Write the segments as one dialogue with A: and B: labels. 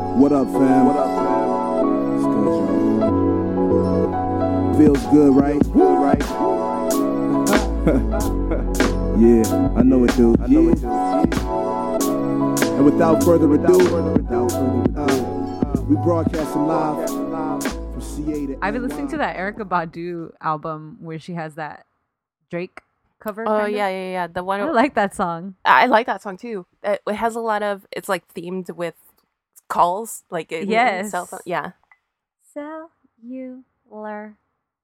A: fam? What up, fam? It's good, y'all. Feels good, right? Good, right? yeah, I know it, dude. I know it, dude. And without further ado, uh, we broadcasting live from CA to
B: I've been listening to that Erica Badu album where she has that Drake cover.
C: Oh
B: kind of.
C: yeah, yeah, yeah. The one
B: I like that song.
C: I like that song too. It, it has a lot of it's like themed with calls, like in, in
B: Yes.
C: cell phone. Yeah,
B: Cellular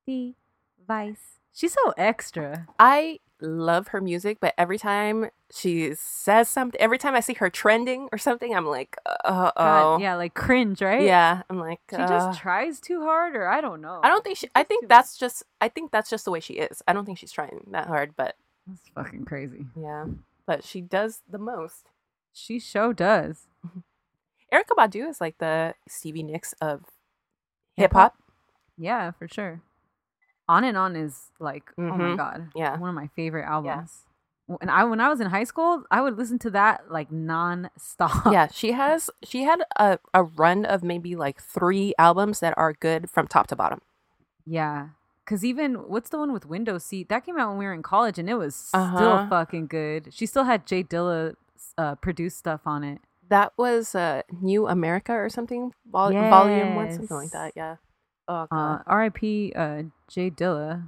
B: device. She's so extra.
C: I love her music, but every time she says something, every time I see her trending or something, I'm like, uh oh,
B: God, yeah, like cringe, right?
C: yeah. I'm like,
B: She
C: uh,
B: just tries too hard, or I don't know.
C: I don't think she. I think that's just. I think that's just the way she is. I don't think she's trying that hard, but
B: That's fucking crazy.
C: yeah. But she does the most.
B: She show does.
C: Erica Badu is like the Stevie Nicks of hip
B: Hip-hop?
C: hop.
B: Yeah, for sure. On and on is like, oh my
C: Mhm.
B: god,
C: Yeah.
B: one of my favorite albums. W- And I, when I was in high school, I would listen to that like non-stop.
C: yeah she has she had a, a run of maybe like three albums that are good from top to bottom
B: yeah. Cause even what's the one with window seat that came out when we were in college, and it was still
C: Uh-huh.
B: fucking good. She still had Jay Dilla uh, produce stuff on it.
C: that was uh new america or something vol- volume one something like
B: Yes.
C: that yeah oh
B: Uh,
C: god
B: R.I.P. Uh, Jay Dilla.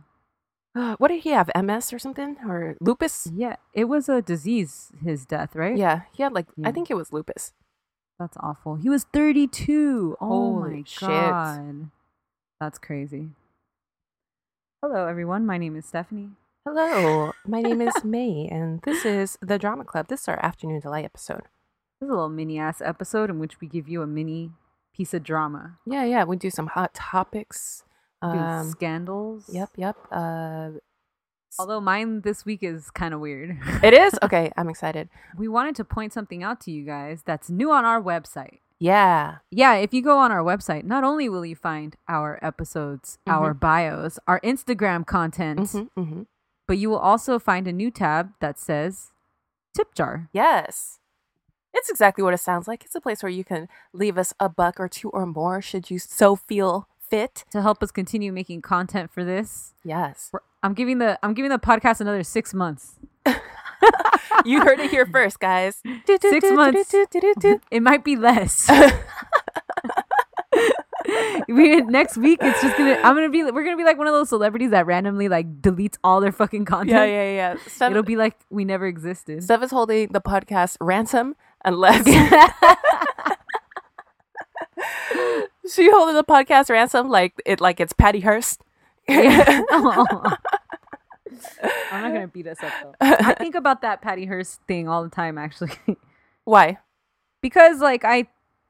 C: what did he have ms or something or lupus
B: Yeah, it was a disease. His death, right?
C: yeah he had like
B: Yeah.
C: i think it was lupus
B: That's awful. He was 32. Oh my
C: Holy shit.
B: god. That's crazy. Hello everyone. My name is Stephanie.
C: hello my name is may and this is the drama club this is our afternoon delight episode
B: This is a little mini ass episode in which we give you a mini piece of drama.
C: yeah yeah we do some hot topics
B: Do
C: um
B: scandals.
C: yep yep uh
B: Although mine this week is kind of weird.
C: it is okay i'm excited
B: we wanted to point something out to you guys that's new on our website.
C: yeah
B: Yeah, if you go on our website, not only will you find our episodes, our bios, our Instagram content,
C: Mhm, mhm.
B: but you will also find a new tab that says tip jar.
C: Yes. It's exactly what it sounds like. It's a place where you can leave us a buck or two or more should you so feel fit.
B: to help us continue making content for this.
C: Yes.
B: We're- I'm giving the I'm giving the podcast another six months.
C: You heard it here first, guys. Do, do,
B: Six
C: do, do,
B: months.
C: do, do, do, do.
B: It might be less. we, next week it's just gonna I'm gonna be we're gonna be like one of those celebrities that randomly like deletes all their fucking content.
C: Yeah, yeah, yeah. Stuff,
B: It'll be like we never existed.
C: stuff is holding the podcast ransom unless she holding the podcast ransom like it like it's Patty Hearst.
B: Yeah. Aw. I'm not gonna beat us up though. I think about that Patty Hearst thing all the time actually.
C: Why?
B: because like i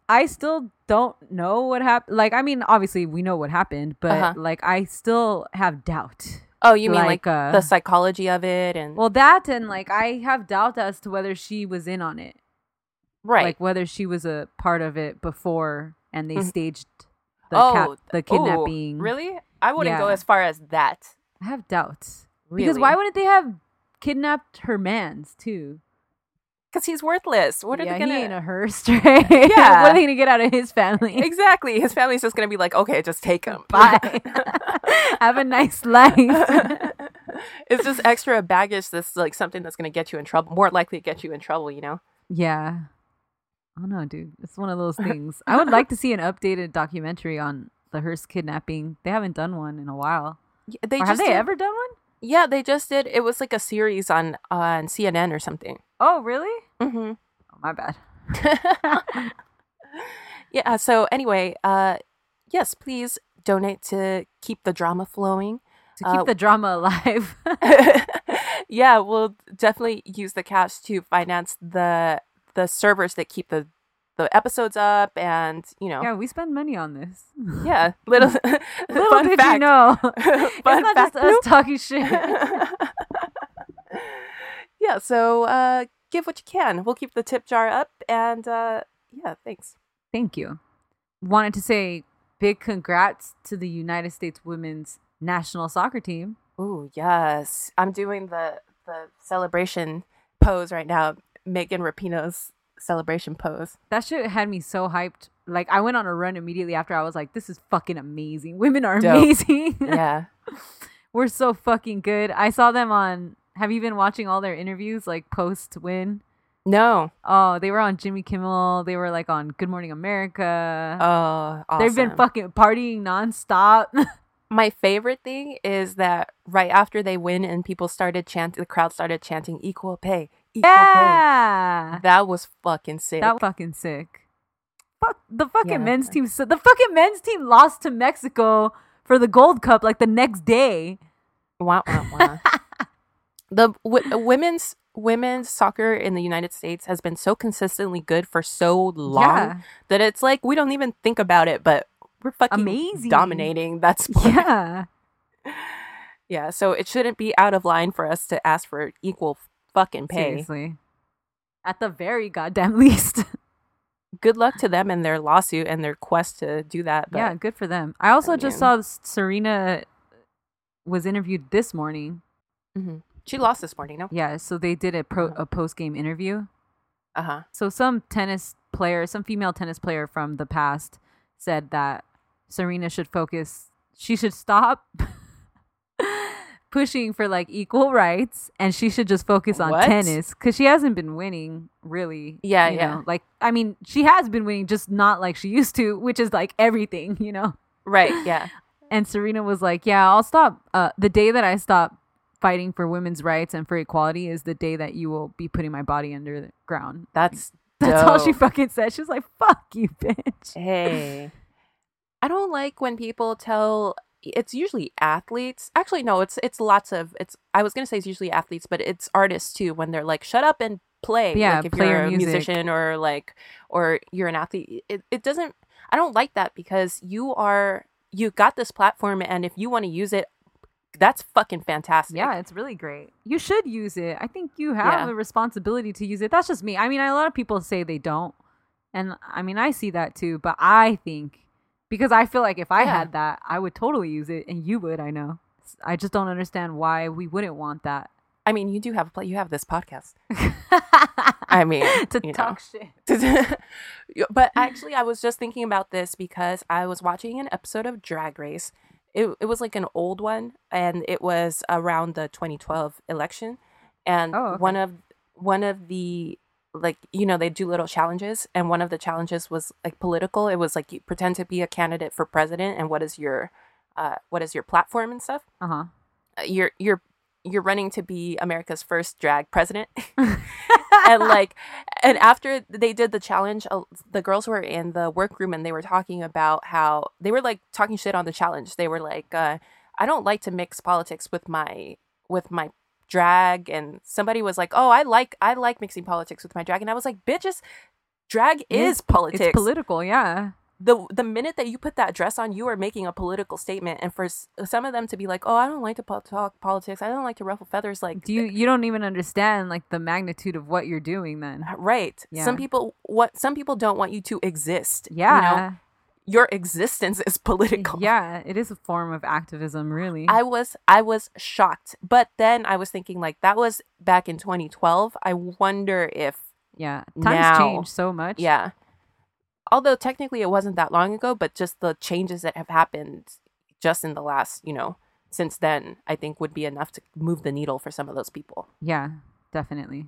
B: i still don't know what happened like i mean obviously we know what happened but
C: Uh-huh.
B: like i still have doubt
C: Oh, you mean
B: Like,
C: like,
B: uh,
C: the psychology of it and
B: well that and like i have doubt as to whether she was in on it
C: right.
B: like whether she was a part of it before and they
C: Mhm.
B: staged the
C: oh,
B: cap- the
C: ooh,
B: kidnapping
C: really? I wouldn't go
B: Yeah.
C: as far as that.
B: i have doubts because
C: Really?
B: why wouldn't they have kidnapped her mans too
C: Because he's worthless. What are
B: yeah,
C: they gonna?
B: he ain't a hearse right
C: Yeah.
B: what are they gonna get out of his family
C: exactly. His family's just gonna be like, okay, just take him.
B: bye have a nice life
C: it's just extra baggage. That's like something that's gonna get you in trouble. More likely to get you in trouble. You know.
B: Yeah. I don't know, dude. It's one of those things. I would like to see an updated documentary on the Hearst kidnapping. They haven't done one in a while.
C: Y- They
B: Or have they
C: did-
B: ever done one?
C: Yeah, they just did. It was like a series on on CNN or something.
B: Oh, really?
C: hmm
B: Oh, my bad.
C: Yeah. So anyway, uh, yes, please donate to keep the drama flowing.
B: To keep
C: Uh,
B: the drama alive.
C: yeah, we'll definitely use the cash to finance the the servers that keep the the episodes up, and you know,
B: yeah, we spend money on this. Little
C: yeah. Hmm. Little fun
B: did
C: fact.
B: you know.
C: Fun
B: it's not
C: fact.
B: just us talking shit.
C: yeah. So uh, give what you can. We'll keep the tip jar up, and uh, yeah, thanks.
B: Thank you. Wanted to say big congrats to the United States women's national soccer team.
C: Ooh, yes. I'm doing the the celebration pose right now. Megan Rapinoe's celebration pose.
B: That shit had me so hyped like I went on a run immediately after. I was like, this is fucking amazing. Women are
C: Dope.
B: amazing.
C: yeah.
B: We're so fucking good. I saw them on. Have you been watching all their interviews like post win?
C: No.
B: Oh, they were on Jimmy Kimmel. They were like on Good Morning America.
C: Oh, awesome.
B: They've been fucking partying nonstop.
C: My favorite thing is that right after they win and people started chanting, the crowd started chanting equal pay, equal
B: yeah,
C: pay. That was fucking sick.
B: that was fucking sick. Fuck the fucking
C: Yeah.
B: men's team. su- The fucking men's team lost to Mexico for the Gold Cup like the next day.
C: Wah, wah, wah. the w- women's women's soccer in the United States has been so consistently good for so long
B: Yeah.
C: that it's like we don't even think about it, but we're fucking
B: Amazing.
C: dominating that sport. Yeah.
B: Yeah.
C: so it shouldn't be out of line for us to ask for equal fucking pay.
B: Seriously. At the very goddamn least.
C: Good luck to them and their lawsuit and their quest to do that. But
B: yeah, good for them. I also just
C: mean-
B: saw S- Serena was interviewed this morning.
C: she lost this morning, no?
B: Mm-hmm. Yeah, so they did a pro- a post game interview.
C: Uh huh.
B: So some tennis player, some female tennis player from the past said that Serena should focus, she should stop pushing for like equal rights and she should just focus on
C: What?
B: tennis cuz she hasn't been winning really.
C: Yeah,
B: you
C: yeah.
B: know? Like I mean, she has been winning just not like she used to, which is like everything, you know.
C: Right. Yeah.
B: And Serena was like, "Yeah, I'll stop. Uh, the day that I stop fighting for women's rights and for equality is the day that you will be putting my body under the ground."
C: That's
B: That's all she
C: dope.
B: fucking said. She was like, "Fuck you, bitch."
C: Hey. I don't like when people tell it's usually athletes. Actually no, it's it's lots of it's I was going to say it's usually athletes, but it's artists too when they're like shut up and play
B: Yeah,
C: like if
B: play
C: you're
B: your
C: a
B: music.
C: musician or like or you're an athlete. It it doesn't I don't like that because you are you got this platform and if you want to use it that's fucking fantastic.
B: Yeah, it's really great. You should use it. I think you have
C: Yeah.
B: a responsibility to use it. That's just me. I mean, a lot of people say they don't, and I mean, I see that too. But I think because I feel like if I
C: Yeah.
B: had that, I would totally use it, and you would. I know. I just don't understand why we wouldn't want that.
C: I mean, you do have a pla- you have this podcast. I mean,
B: to
C: you know.
B: talk shit.
C: Yeah, but actually, I was just thinking about this because I was watching an episode of Drag Race. It, it was like an old one, and it was around the 2012 election. And
B: Oh, okay.
C: one of one of the like you know they do little challenges, and one of the challenges was like political. It was like you pretend to be a candidate for president, and what is your uh, what is your platform and stuff
B: Uh huh.
C: uh, you're you're you're running to be America's first drag president. and like and after they did the challenge uh, the girls were in the workroom and they were talking about how they were like talking shit on the challenge they were like uh, i don't like to mix politics with my with my drag and somebody was like oh i like i like mixing politics with my drag and i was like bitches drag is politics
B: It's political, yeah.
C: the the minute that you put that dress on, you are making a political statement. And for s- some of them to be like, "Oh, I don't like to po- talk politics. I don't like to ruffle feathers." Like,
B: Do you you don't even understand like the magnitude of what you're doing then?
C: right?
B: Yeah.
C: Some people what some people don't want you to exist. you know?
B: Yeah,
C: your existence is political.
B: yeah. It is a form of activism, really.
C: I was I was shocked, but then I was thinking like that was back in 2012. I wonder if
B: yeah, times
C: Now.
B: change so much.
C: yeah. Although technically it wasn't that long ago, but just the changes that have happened just in the last, you know, since then, I think would be enough to move the needle for some of those people.
B: yeah, definitely.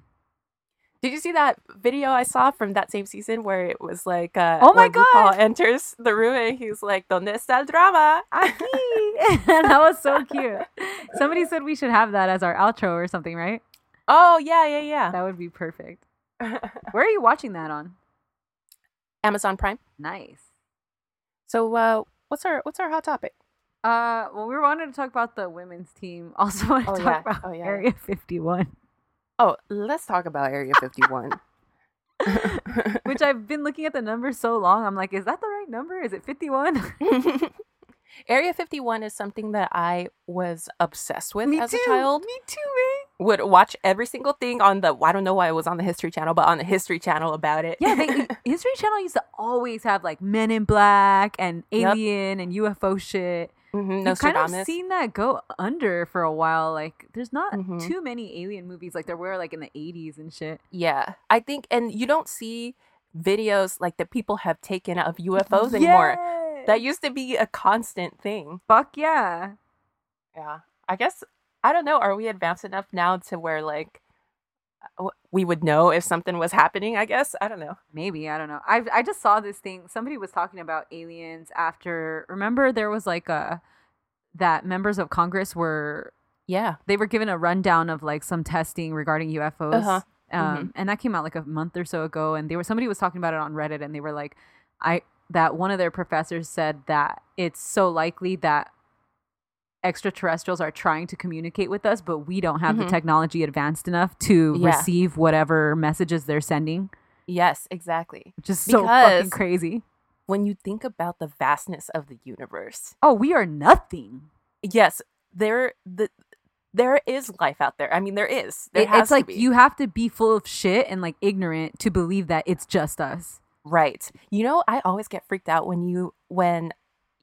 C: Did you see that video I saw from that same season where it was like, uh,
B: Oh my
C: when RuPaul
B: God.
C: enters the room and he's like, "Donde está el drama?"
B: that was so cute. Somebody said we should have that as our outro or something, right?
C: oh yeah, yeah,
B: That would be perfect.
C: yeah.
B: Where are you watching that on?
C: Amazon Prime.
B: Nice.
C: So, uh, what's our what's our hot topic?
B: Uh, well, we wanted to talk about the women's team. Also, want to
C: Oh,
B: talk
C: yeah.
B: about
C: Oh, yeah, yeah.
B: Area 51.
C: Oh, let's talk about Area Fifty One.
B: which I've been looking at the number so long. I'm like, is that the right number? Is it 51?
C: Area 51 is something that I was obsessed with as a child.
B: Me too, man.
C: Would watch every single thing on the I don't know why it was on the History Channel, but on the History Channel about it.
B: Yeah, they, History Channel used to always have like Men in Black and
C: Yep.
B: Alien and UFO shit.
C: Mhm,
B: You've kind of
C: Nostradamus.
B: seen that go under for a while. Like, there's not
C: Mhm.
B: too many Alien movies like there were like in the 80s and shit.
C: yeah, I think, and you don't see videos like that people have taken of UFOs anymore. That
B: Yes!
C: used to be a constant thing.
B: fuck yeah.
C: Yeah. I guess I don't know. Are we advanced enough now to where like uh, w- we would know if something was happening? I guess I don't know.
B: Maybe I don't know. I I just saw this thing. Somebody was talking about aliens after. Remember, there was like a that members of Congress were
C: Yeah.
B: they were given a rundown of like some testing regarding UFOs.
C: Uh-huh.
B: Um, And that came out like a month or so ago. And they were somebody was talking about it on Reddit, and they were like, I that one of their professors said that it's so likely that extraterrestrials are trying to communicate with us, but we don't have
C: Mhm.
B: the technology advanced enough to
C: Yeah.
B: receive whatever messages they're sending.
C: Yes, exactly.
B: Which is so fucking
C: Because-
B: crazy.
C: When you think about the vastness of the universe,
B: Oh, we are nothing.
C: yes, there the there is life out there. I mean, there is. There
B: It-
C: has
B: it's like
C: to be.
B: you have to be full of shit and like ignorant to believe that it's just us.
C: Right. You know, I always get freaked out when you when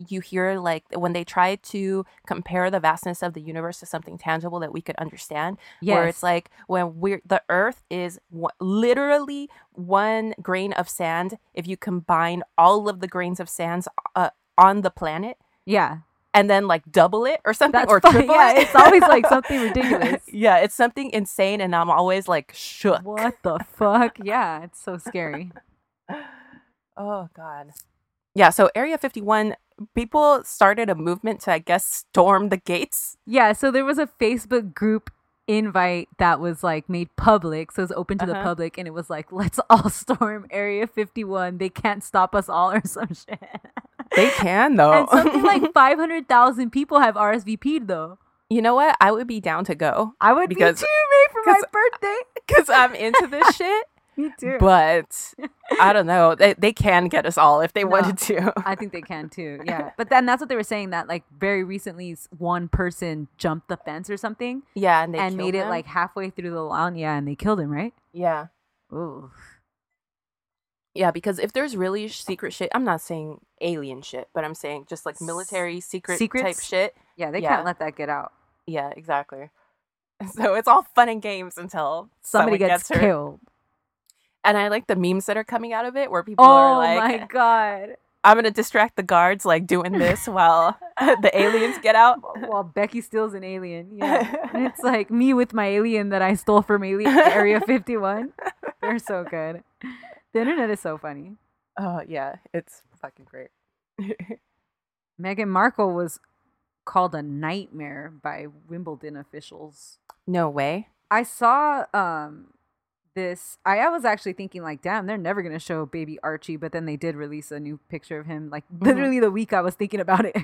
C: you hear like when they try to compare the vastness of the universe to something tangible that we could understand.
B: Yes.
C: Where it's like when we're the Earth is w- literally one grain of sand. If you combine all of the grains of sands uh, on the planet
B: yeah.
C: and then like double it or something
B: That's
C: or
B: funny.
C: triple
B: Yeah,
C: it,
B: it's always like something ridiculous.
C: yeah, it's something insane, and I'm always like shook.
B: What the fuck? Yeah, it's so scary.
C: Oh God. Yeah, so Area 51 people started a movement to I guess storm the gates.
B: Yeah, so there was a Facebook group invite that was like made public, so it was open to the
C: Uh-huh.
B: public, and it was like, let's all storm Area 51. They can't stop us all, or some shit.
C: They can though.
B: And something like 500,000 people have RSVP'd, though.
C: you know what? I would be down to go
B: I would
C: Because-
B: be too, May, for my
C: because-
B: birthday.
C: cuz I'm into this shit,
B: Me too.
C: but I don't know. They they can get us all if they
B: No.
C: wanted to.
B: I think they can too. Yeah. But then that's what they were saying that like very recently s- one person jumped the fence or something
C: Yeah, and they
B: and
C: killed
B: made it
C: them.
B: like halfway through the line. Yeah. And they killed him, right?
C: yeah.
B: Ooh.
C: Yeah, because if there's really sh- secret shit, I'm not saying alien shit, but I'm saying just like military secret type
B: secrets?
C: shit.
B: Yeah. They
C: Yeah.
B: can't let that get out.
C: Yeah, exactly. So it's all fun and games until
B: Somebody
C: someone
B: gets,
C: hurt.
B: killed.
C: and I like the memes that are coming out of it where people
B: Oh
C: are like,
B: my God.
C: "I'm gonna distract the guards like doing this while the aliens get out."
B: While Becky steals an alien. Yeah. And it's like me with my alien that I stole from alien Area 51. They're so good. The internet is so funny.
C: Oh yeah, it's fucking great.
B: Meghan Markle was called a nightmare by Wimbledon officials.
C: No way.
B: I saw um this I, I was actually thinking like damn they're never going to show baby Archie but then they did release a new picture of him like literally the week I was thinking about it.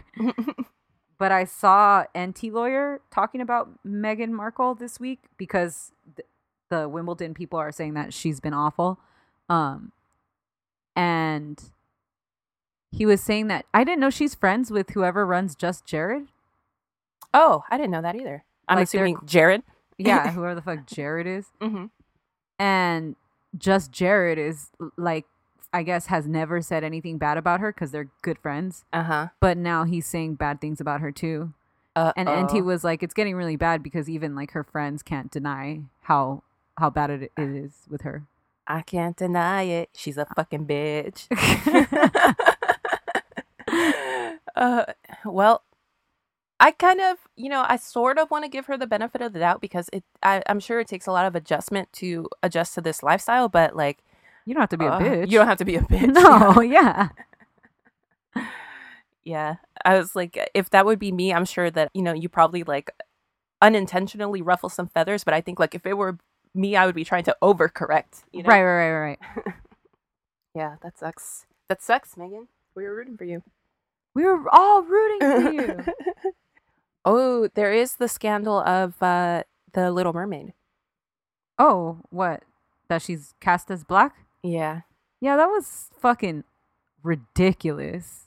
B: but I saw NT lawyer talking about Meghan Markle this week because th- the Wimbledon people are saying that she's been awful. Um and he was saying that I didn't know she's friends with whoever runs Just Jared.
C: oh, I didn't know that either. I'm
B: Like, they're-
C: assuming Jared.
B: Yeah, whoever the fuck Jared is.
C: Mm-hmm.
B: and just Jared is l- like I guess has never said anything bad about her because they're good friends.
C: Uh huh.
B: But now he's saying bad things about her too.
C: Uh,
B: And NT was like, it's getting really bad because even like her friends can't deny how how bad it, it is with her.
C: I can't deny it. She's a fucking bitch. uh, well, I kind of, you know, I sort of want to give her the benefit of the doubt because it. I, I'm sure it takes a lot of adjustment to adjust to this lifestyle, but like,
B: You don't have to be
C: uh,
B: a bitch.
C: You don't have to be a bitch.
B: no, yeah.
C: Yeah. I was like, if that would be me, I'm sure that, you know, you probably like unintentionally ruffle some feathers, but I think like if it were me, I would be trying to overcorrect. You know?
B: Right, right, right, right.
C: Yeah, that sucks. That sucks, Megan. We were rooting for you.
B: We were all rooting for you.
C: Oh, there is the scandal of uh, the Little Mermaid.
B: oh, what? That she's cast as black?
C: Yeah.
B: Yeah, that was fucking ridiculous.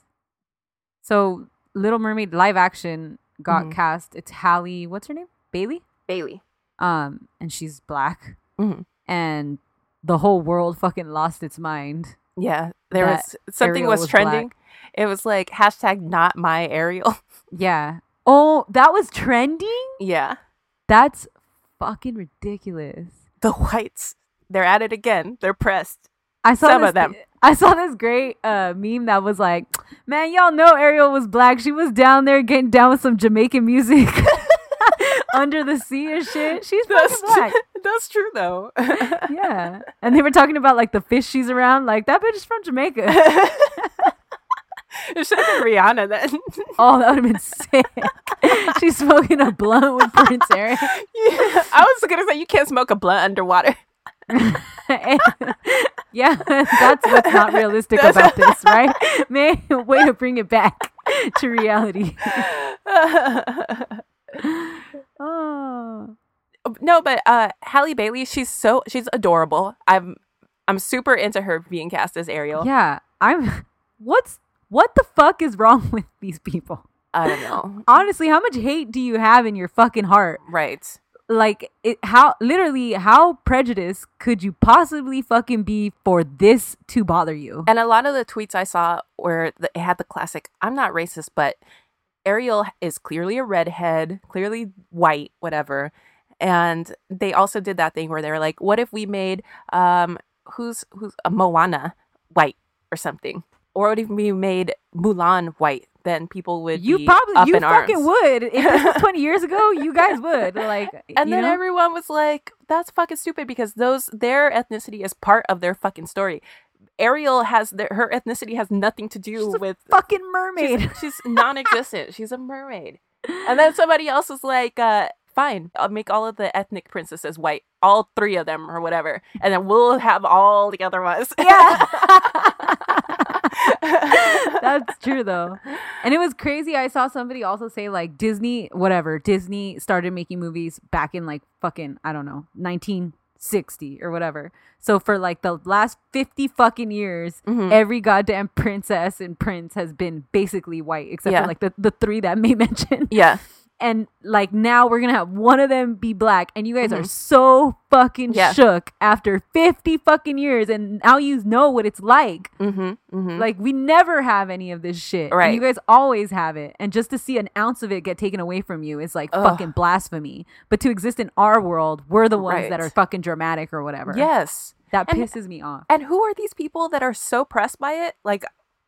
B: So, Little Mermaid live action got
C: Mhm.
B: cast. It's Hallie, what's her name? Bailey?
C: Bailey.
B: Um, and she's black.
C: Mhm.
B: And the whole world fucking lost its mind.
C: Yeah. There
B: That
C: was something
B: Ariel
C: was,
B: was
C: trending. It was like hashtag not my Ariel.
B: Yeah. Oh, that was trending?
C: yeah.
B: That's fucking ridiculous.
C: The whites. They're at it again. They're pressed.
B: I saw
C: Some
B: this,
C: of them.
B: I saw this great uh, meme that was like, "Man, y'all know Ariel was black. She was down there getting down with some Jamaican music under the sea and shit. She's fucking black,
C: that's true though.
B: yeah." And they were talking about like the fish she's around. Like that bitch is from Jamaica.
C: it should have been Rihanna then.
B: oh, that would have been sick. she's smoking a blunt with Prince Eric.
C: Yeah, I was gonna say you can't smoke a blunt underwater.
B: yeah, that's what's not realistic about this, right? Man, way to bring it back to reality. Oh.
C: no, but uh, Halle Bailey, she's so she's adorable. I'm I'm super into her being cast as Ariel.
B: Yeah, I'm. What's what the fuck is wrong with these people?
C: I don't know.
B: Honestly, how much hate do you have in your fucking heart?
C: Right.
B: Like, it, how literally how prejudiced could you possibly fucking be for this to bother you?
C: And a lot of the tweets I saw where the, it had the classic, I'm not racist, but Ariel is clearly a redhead, clearly white, whatever. And they also did that thing where they were like, what if we made um who's who's a Moana white or something? Or what if we made Mulan white? Then people would
B: You
C: be
B: probably
C: up
B: you
C: in
B: fucking
C: arms.
B: would. If this was twenty years ago, you guys would. Like,
C: And
B: you
C: then
B: know?
C: everyone was like, that's fucking stupid because those their ethnicity is part of their fucking story. Ariel has their, her ethnicity has nothing to do
B: She's a
C: with
B: fucking mermaid.
C: She's, she's non-existent. she's a mermaid. And then somebody else is like, uh, "Fine, I'll make all of the ethnic princesses white, all three of them or whatever, and then we'll have all the other ones."
B: Yeah. That's true though. And it was crazy. I saw somebody also say like Disney, whatever. Disney started making movies back in like fucking, I don't know, 1960 or whatever. So for like the last 50 fucking years,
C: Mhm.
B: every goddamn princess and prince has been basically white except
C: Yeah.
B: for like the, the three that May mentioned.
C: yeah.
B: And like now we're going to have one of them be black and you guys are
C: Mhm.
B: so fucking
C: Yeah.
B: shook after 50 fucking years and now you know what it's like.
C: Mhm. Mhm.
B: Like we never have any of this shit. and
C: Right.
B: you guys always have it. And just to see an ounce of it get taken away from you is like
C: Ugh.
B: fucking blasphemy. But to exist in our world, we're the ones that
C: Right.
B: are fucking dramatic or whatever.
C: yes.
B: That
C: And-
B: pisses me off.
C: And who are these people that are so pressed by it? Like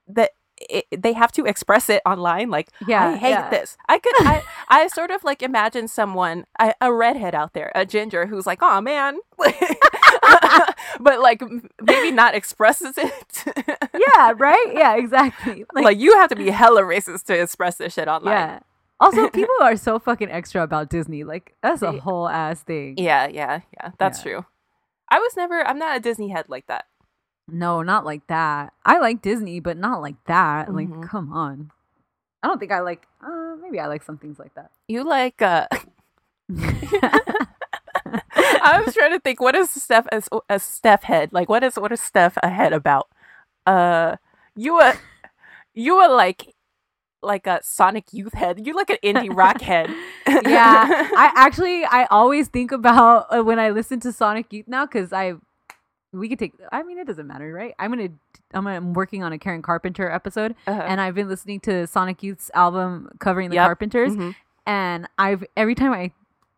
C: that it, they have to express it online like
B: Yeah,
C: i hate
B: yeah.
C: this i could I, I sort of like imagine someone a, a redhead out there a ginger who's like oh man but like m- maybe not expresses it
B: yeah, right? Yeah, exactly.
C: like, you have to be hella racist to express this shit online
B: yeah. Also, people are so fucking extra about Disney. Like that's a
C: Yeah.
B: whole ass thing.
C: yeah yeah yeah, that's
B: Yeah.
C: true i was never i'm not a disney head like that
B: No, not like that. I like Disney, but not like that.
C: Mhm.
B: Like, come on. I don't think I like uh, maybe I like some things like that.
C: you like uh I was trying to think what is Steph as a Steph head like what is what is Steph a head about? Uh, you were you were like like a Sonic Youth head. You like an indie rock head.
B: yeah i actually i always think about uh, when i listen to sonic youth now because i we could take i mean it doesn't matter right i'm gonna i'm, gonna, I'm working on a karen carpenter episode
C: Uh-huh.
B: and i've been listening to sonic youth's album covering the
C: Yep.
B: carpenters
C: Mhm.
B: and i've every time i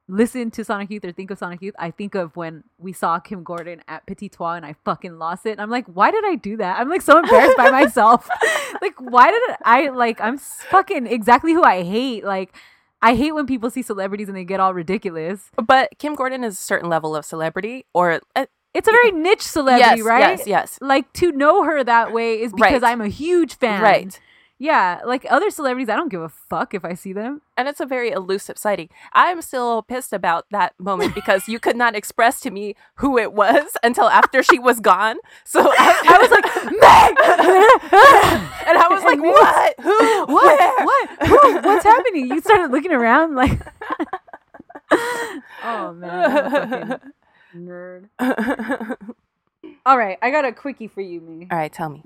B: listen to sonic youth or think of sonic youth i think of when we saw kim gordon at petit trois and i fucking lost it and i'm like why did i do that i'm like so embarrassed by myself like why did i like i'm s- fucking exactly who i hate like I hate when people see celebrities and they get all ridiculous.
C: But Kim Gordon is a certain level of celebrity, or uh,
B: It's a very niche celebrity,
C: yes,
B: right?
C: yes, yes,
B: Like to know her that way is because
C: Right.
B: I'm a huge fan.
C: right.
B: Yeah. Like other celebrities, I don't give a fuck if I see them.
C: And it's a very elusive sighting. I'm still pissed about that moment because you could not express to me who it was until after she was gone. So I,
B: I was like, Meg!
C: and I was like,
B: And we-
C: what? Who?
B: what?
C: Where?
B: What? Who? What's happening? You started looking around like. oh, man. I'm a fucking nerd. All right. I got a quickie for you, me.
C: All right, tell me.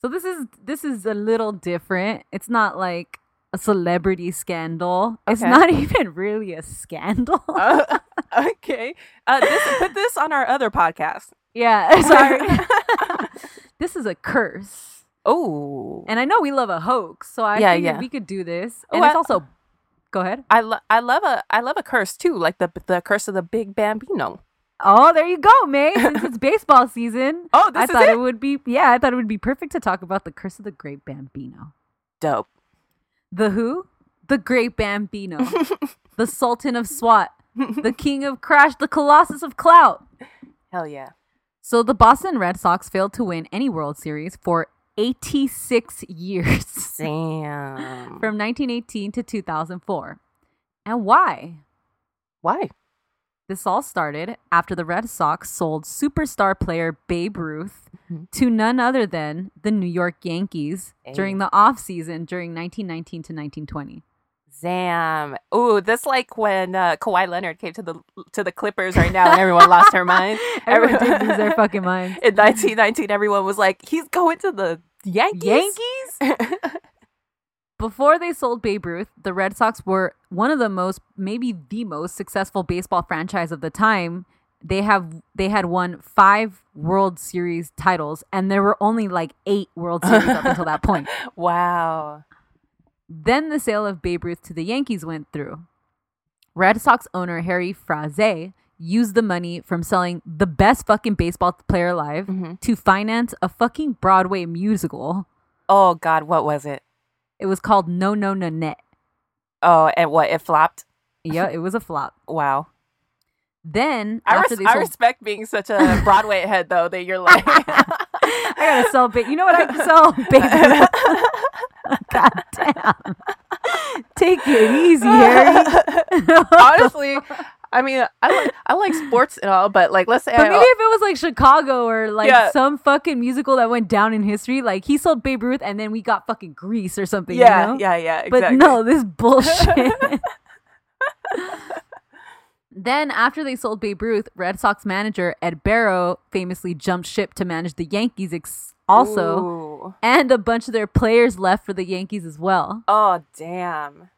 B: So this is this is a little different. It's not like a celebrity scandal. It's
C: Okay.
B: not even really a scandal.
C: Uh, okay. Uh, this, put this on our other podcast.
B: yeah, sorry. this is a curse.
C: Oh.
B: And I know we love a hoax, so I
C: Yeah,
B: figured
C: yeah.
B: we could do this.
C: Oh,
B: And it's
C: I-
B: also Go ahead.
C: I, lo- I love a I love a curse too, like the the curse of the big bambino.
B: Oh, there you go, May. Since it's baseball season,
C: Oh, this
B: I
C: is
B: thought
C: it.
B: it. would be yeah, I thought it would be perfect to talk about the Curse of the Great Bambino.
C: Dope.
B: The who? The Great Bambino. the Sultan of SWAT. The King of Crash. The Colossus of Clout.
C: Hell yeah.
B: So the Boston Red Sox failed to win any World Series for 86 years.
C: Damn.
B: from 1918 to 2004. And why?
C: Why?
B: This all started after the Red Sox sold superstar player Babe Ruth
C: Mhm.
B: to none other than the New York Yankees during the offseason during 1919 to 1920.
C: Damn. Ooh, that's like when uh, Kawhi Leonard came to the to the Clippers right now, and everyone lost their mind.
B: Everyone did lose their fucking minds.
C: In 1919, everyone was like, "He's going to the Yankees."
B: Yankees? Before they sold Babe Ruth, the Red Sox were one of the most, maybe the most successful baseball franchise of the time. They have they had won five World Series titles, and there were only like eight World Series up until that point.
C: wow.
B: Then the sale of Babe Ruth to the Yankees went through. Red Sox owner Harry Fraze used the money from selling the best fucking baseball player alive
C: Mhm.
B: to finance a fucking Broadway musical.
C: Oh God, what was it?
B: It was called No No Nanette.
C: Oh, and what it flopped.
B: Yeah, it was a flop.
C: Wow.
B: Then
C: I,
B: after
C: res-
B: they
C: I
B: sold,
C: respect being such a Broadway head though that you're like
B: I gotta sell big. You know what I can sell, baby? God damn! Take it easy, Harry.
C: honestly I mean I like I like sports and all but like let's say
B: But
C: I,
B: maybe if it was like Chicago or like
C: uh, Yeah.
B: some fucking musical that went down in history, like he sold Babe Ruth and then we got fucking Grease or something. you
C: yeah,
B: know?
C: yeah yeah
B: But
C: exactly.
B: no, this bullshit. then after they sold Babe Ruth, Red Sox manager Ed Barrow famously jumped ship to manage the Yankees. Ex- also.
C: Ooh.
B: and a bunch of their players left for the Yankees as well.
C: oh damn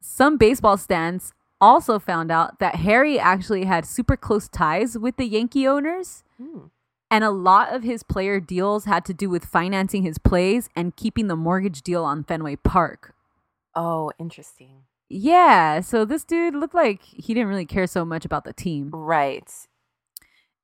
B: Some baseball stands also found out that Harry actually had super close ties with the Yankee owners,
C: Hmm.
B: and a lot of his player deals had to do with financing his plays and keeping the mortgage deal on Fenway Park.
C: oh interesting
B: Yeah, so this dude looked like he didn't really care so much about the team.
C: right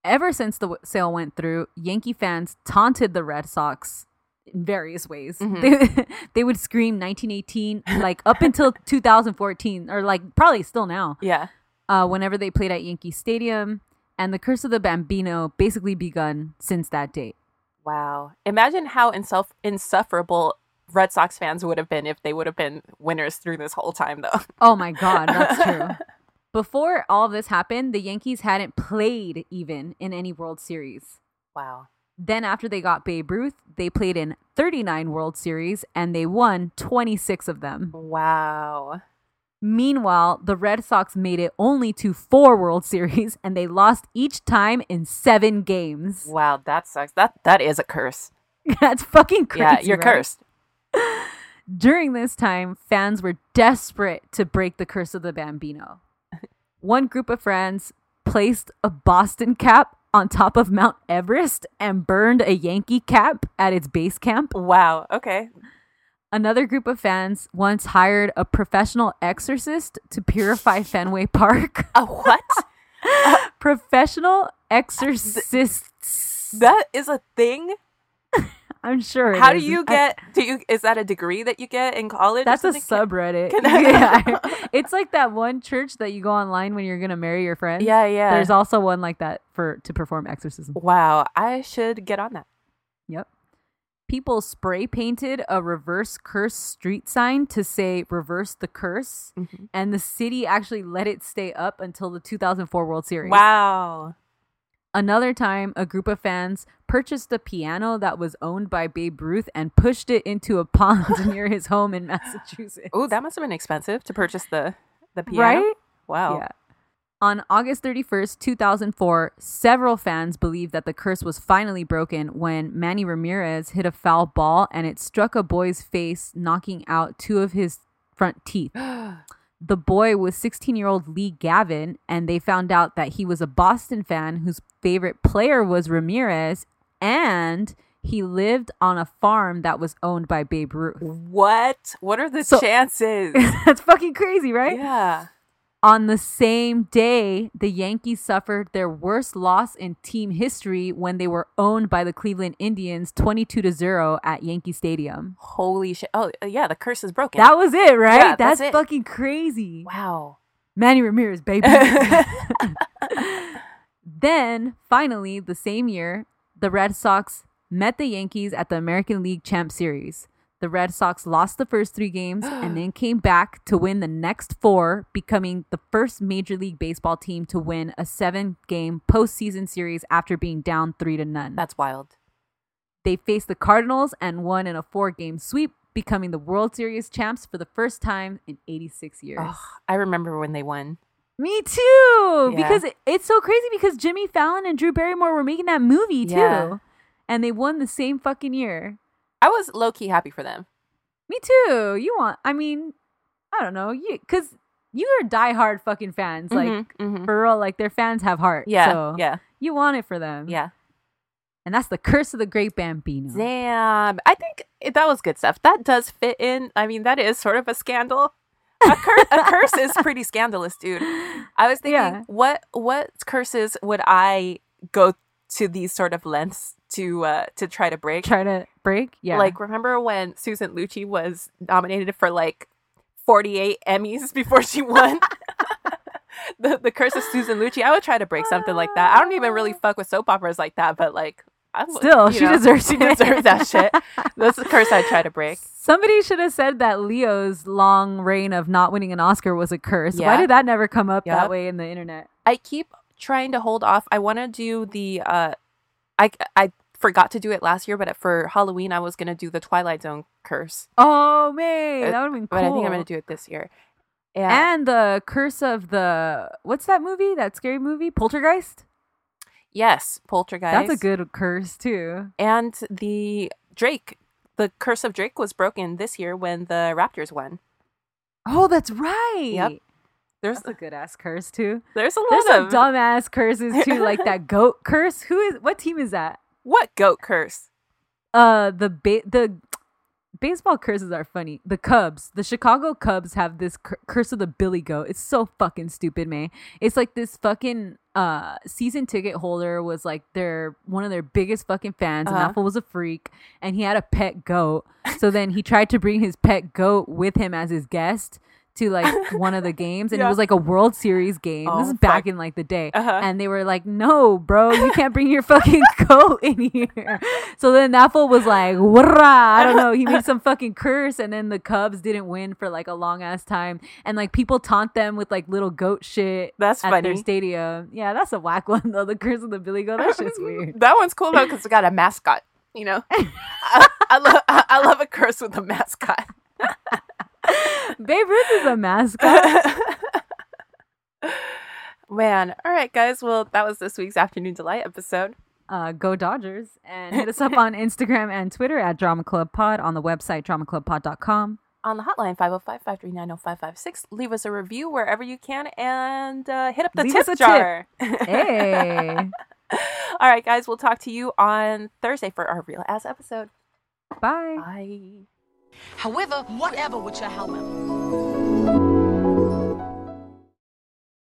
B: Ever since the w- sale went through, Yankee fans taunted the Red Sox in various ways. They, they would scream 1918 like up until 2014 or like probably still now
C: yeah
B: uh, whenever they played at Yankee Stadium. And the curse of the Bambino basically begun since that date.
C: wow imagine how insuff- insufferable Red Sox fans would have been if they would have been winners through this whole time though
B: Oh my God, that's true. Before all of this happened, the Yankees hadn't played even in any World Series.
C: wow
B: Then, after they got Babe Ruth, they played in 39 World Series and they won 26 of them.
C: wow
B: Meanwhile, the Red Sox made it only to four World Series and they lost each time in seven games.
C: wow that sucks that that is a curse
B: That's fucking crazy.
C: yeah you're
B: right?
C: cursed
B: During this time, fans were desperate to break the curse of the Bambino. One group of friends placed a Boston cap on top of Mount Everest and burned a Yankee cap at its base camp.
C: wow okay
B: Another group of fans once hired a professional exorcist to purify Fenway Park.
C: a what
B: professional exorcists.
C: That is a thing.
B: I'm sure. it
C: How do
B: is.
C: you
B: I-
C: get? do you is that a degree that you get in college? or
B: that's a
C: something?
B: subreddit.
C: Can I-
B: yeah. It's like that one church that you go online when you're gonna marry your friend.
C: Yeah, yeah.
B: There's also one like that for to perform exorcism.
C: wow, I should get on that.
B: Yep. People spray painted a reverse curse street sign to say reverse the curse,
C: Mhm.
B: and the city actually let it stay up until the 2004 World Series.
C: Wow.
B: Another time, a group of fans purchased a piano that was owned by Babe Ruth and pushed it into a pond near his home in Massachusetts.
C: Oh, that must have been expensive to purchase the the piano.
B: right?
C: Wow.
B: Yeah. On August 31st, 2004, several fans believed that the curse was finally broken when Manny Ramirez hit a foul ball and it struck a boy's face, knocking out two of his front teeth. The boy was 16 year old Lee Gavin, and they found out that he was a Boston fan whose favorite player was Ramirez, and he lived on a farm that was owned by Babe Ruth.
C: What? What are the
B: So-
C: chances?
B: That's fucking crazy, right?
C: Yeah.
B: On the same day, the Yankees suffered their worst loss in team history when they were owned by the Cleveland Indians 22 to 0 at Yankee Stadium.
C: Holy shit. Oh, yeah, the curse is broken.
B: That was it, right?
C: Yeah,
B: that's
C: that's it.
B: fucking crazy.
C: wow.
B: Manny Ramirez, baby. then, finally, the same year, the Red Sox met the Yankees at the American League Champ Series. The Red Sox lost the first three games and then came back to win the next four, becoming the first Major League Baseball team to win a seven game postseason series after being down three to none.
C: That's wild.
B: They faced the Cardinals and won in a four game sweep, becoming the World Series champs for the first time in 86 years.
C: Ugh, I remember when they won.
B: Me too.
C: Yeah.
B: Because it, it's so crazy because Jimmy Fallon and Drew Barrymore were making that movie too.
C: Yeah.
B: And they won the same fucking year.
C: I was low key happy for them.
B: Me too. You want I mean, I don't know. You cuz you are diehard fucking fans. Like
C: Mhm, mhm.
B: for real, like their fans have heart.
C: yeah,
B: Mm-hmm, So mm-hmm.
C: yeah,
B: you want it for them.
C: yeah.
B: And that's the curse of the great Bambino.
C: Damn, I think it, that was good stuff. That does fit in. I mean, that is sort of a scandal. A, cur- a curse is pretty scandalous, dude. I was thinking,
B: Yeah.
C: what what curses would I go to these sort of lengths to uh, to try to break?
B: Try to break? Yeah.
C: Like, remember when Susan Lucci was nominated for like 48 Emmys before she won? the, the curse of Susan Lucci. I would try to break something like that. I don't even really fuck with soap operas like that, but like, I would,
B: Still,
C: you
B: she
C: know,
B: deserves
C: she
B: it.
C: deserves that shit. That's the curse I try to break.
B: Somebody should have said that Leo's long reign of not winning an Oscar was a curse. Why
C: Yeah.
B: did that never come up that
C: Yup.
B: way in the internet?
C: I keep trying to hold off. I want to do the. uh I I forgot to do it last year, but for Halloween I was gonna do the Twilight Zone curse,
B: Oh man, that would have been cool.
C: Uh, but I think I'm gonna do it this year. Yeah.
B: And the curse of the what's that movie? That scary movie, Poltergeist.
C: yes, Poltergeist.
B: That's a good curse too.
C: And the Drake, the curse of Drake was broken this year when the Raptors won.
B: Oh, that's right.
C: There's
B: That's a good ass curse too.
C: Uh-huh. there's a lot
B: There's
C: of
B: some dumb ass curses too, like that goat curse. Who is what team is that?
C: what goat curse?
B: Uh, the ba- the baseball curses are funny. The Cubs, the Chicago Cubs have this cur- curse of the Billy Goat. It's so fucking stupid, man. It's like this fucking uh season ticket holder was like their one of their biggest fucking fans, and
C: Uh-huh.
B: that fool was a freak, and he had a pet goat. So then he tried to bring his pet goat with him as his guest. To like one of the games, and it
C: Yeah.
B: was like a World Series game.
C: Oh,
B: this is back
C: fuck.
B: in like the day,
C: Uh-huh.
B: and they were like, "No, bro, you can't bring your fucking goat in here." So then that fool was like, "Wrah," I don't know. He made some fucking curse, and then the Cubs didn't win for like a long ass time, and like people taunt them with like little goat shit
C: That's
B: at their
C: funny.
B: stadium. Yeah, that's a whack one though. The curse of the Billy Goat. That shit's weird.
C: That one's cool though because it got a mascot. You know, I, I love I, I love a curse with a mascot.
B: Babe Ruth is a mascot.
C: Man, all right, guys. Well, that was this week's afternoon delight episode.
B: uh, go Dodgers and hit us up on Instagram and Twitter at Drama Club Pod on the website dramaclubpod.com.
C: On the hotline 505-539-0556, leave us a review wherever you can and uh, hit up the
B: Leave
C: tip
B: us a tip.
C: jar.
B: Hey,
C: All right, guys, we'll talk to you on Thursday for our real ass episode.
B: bye.
C: Bye.
D: However, whatever with your however.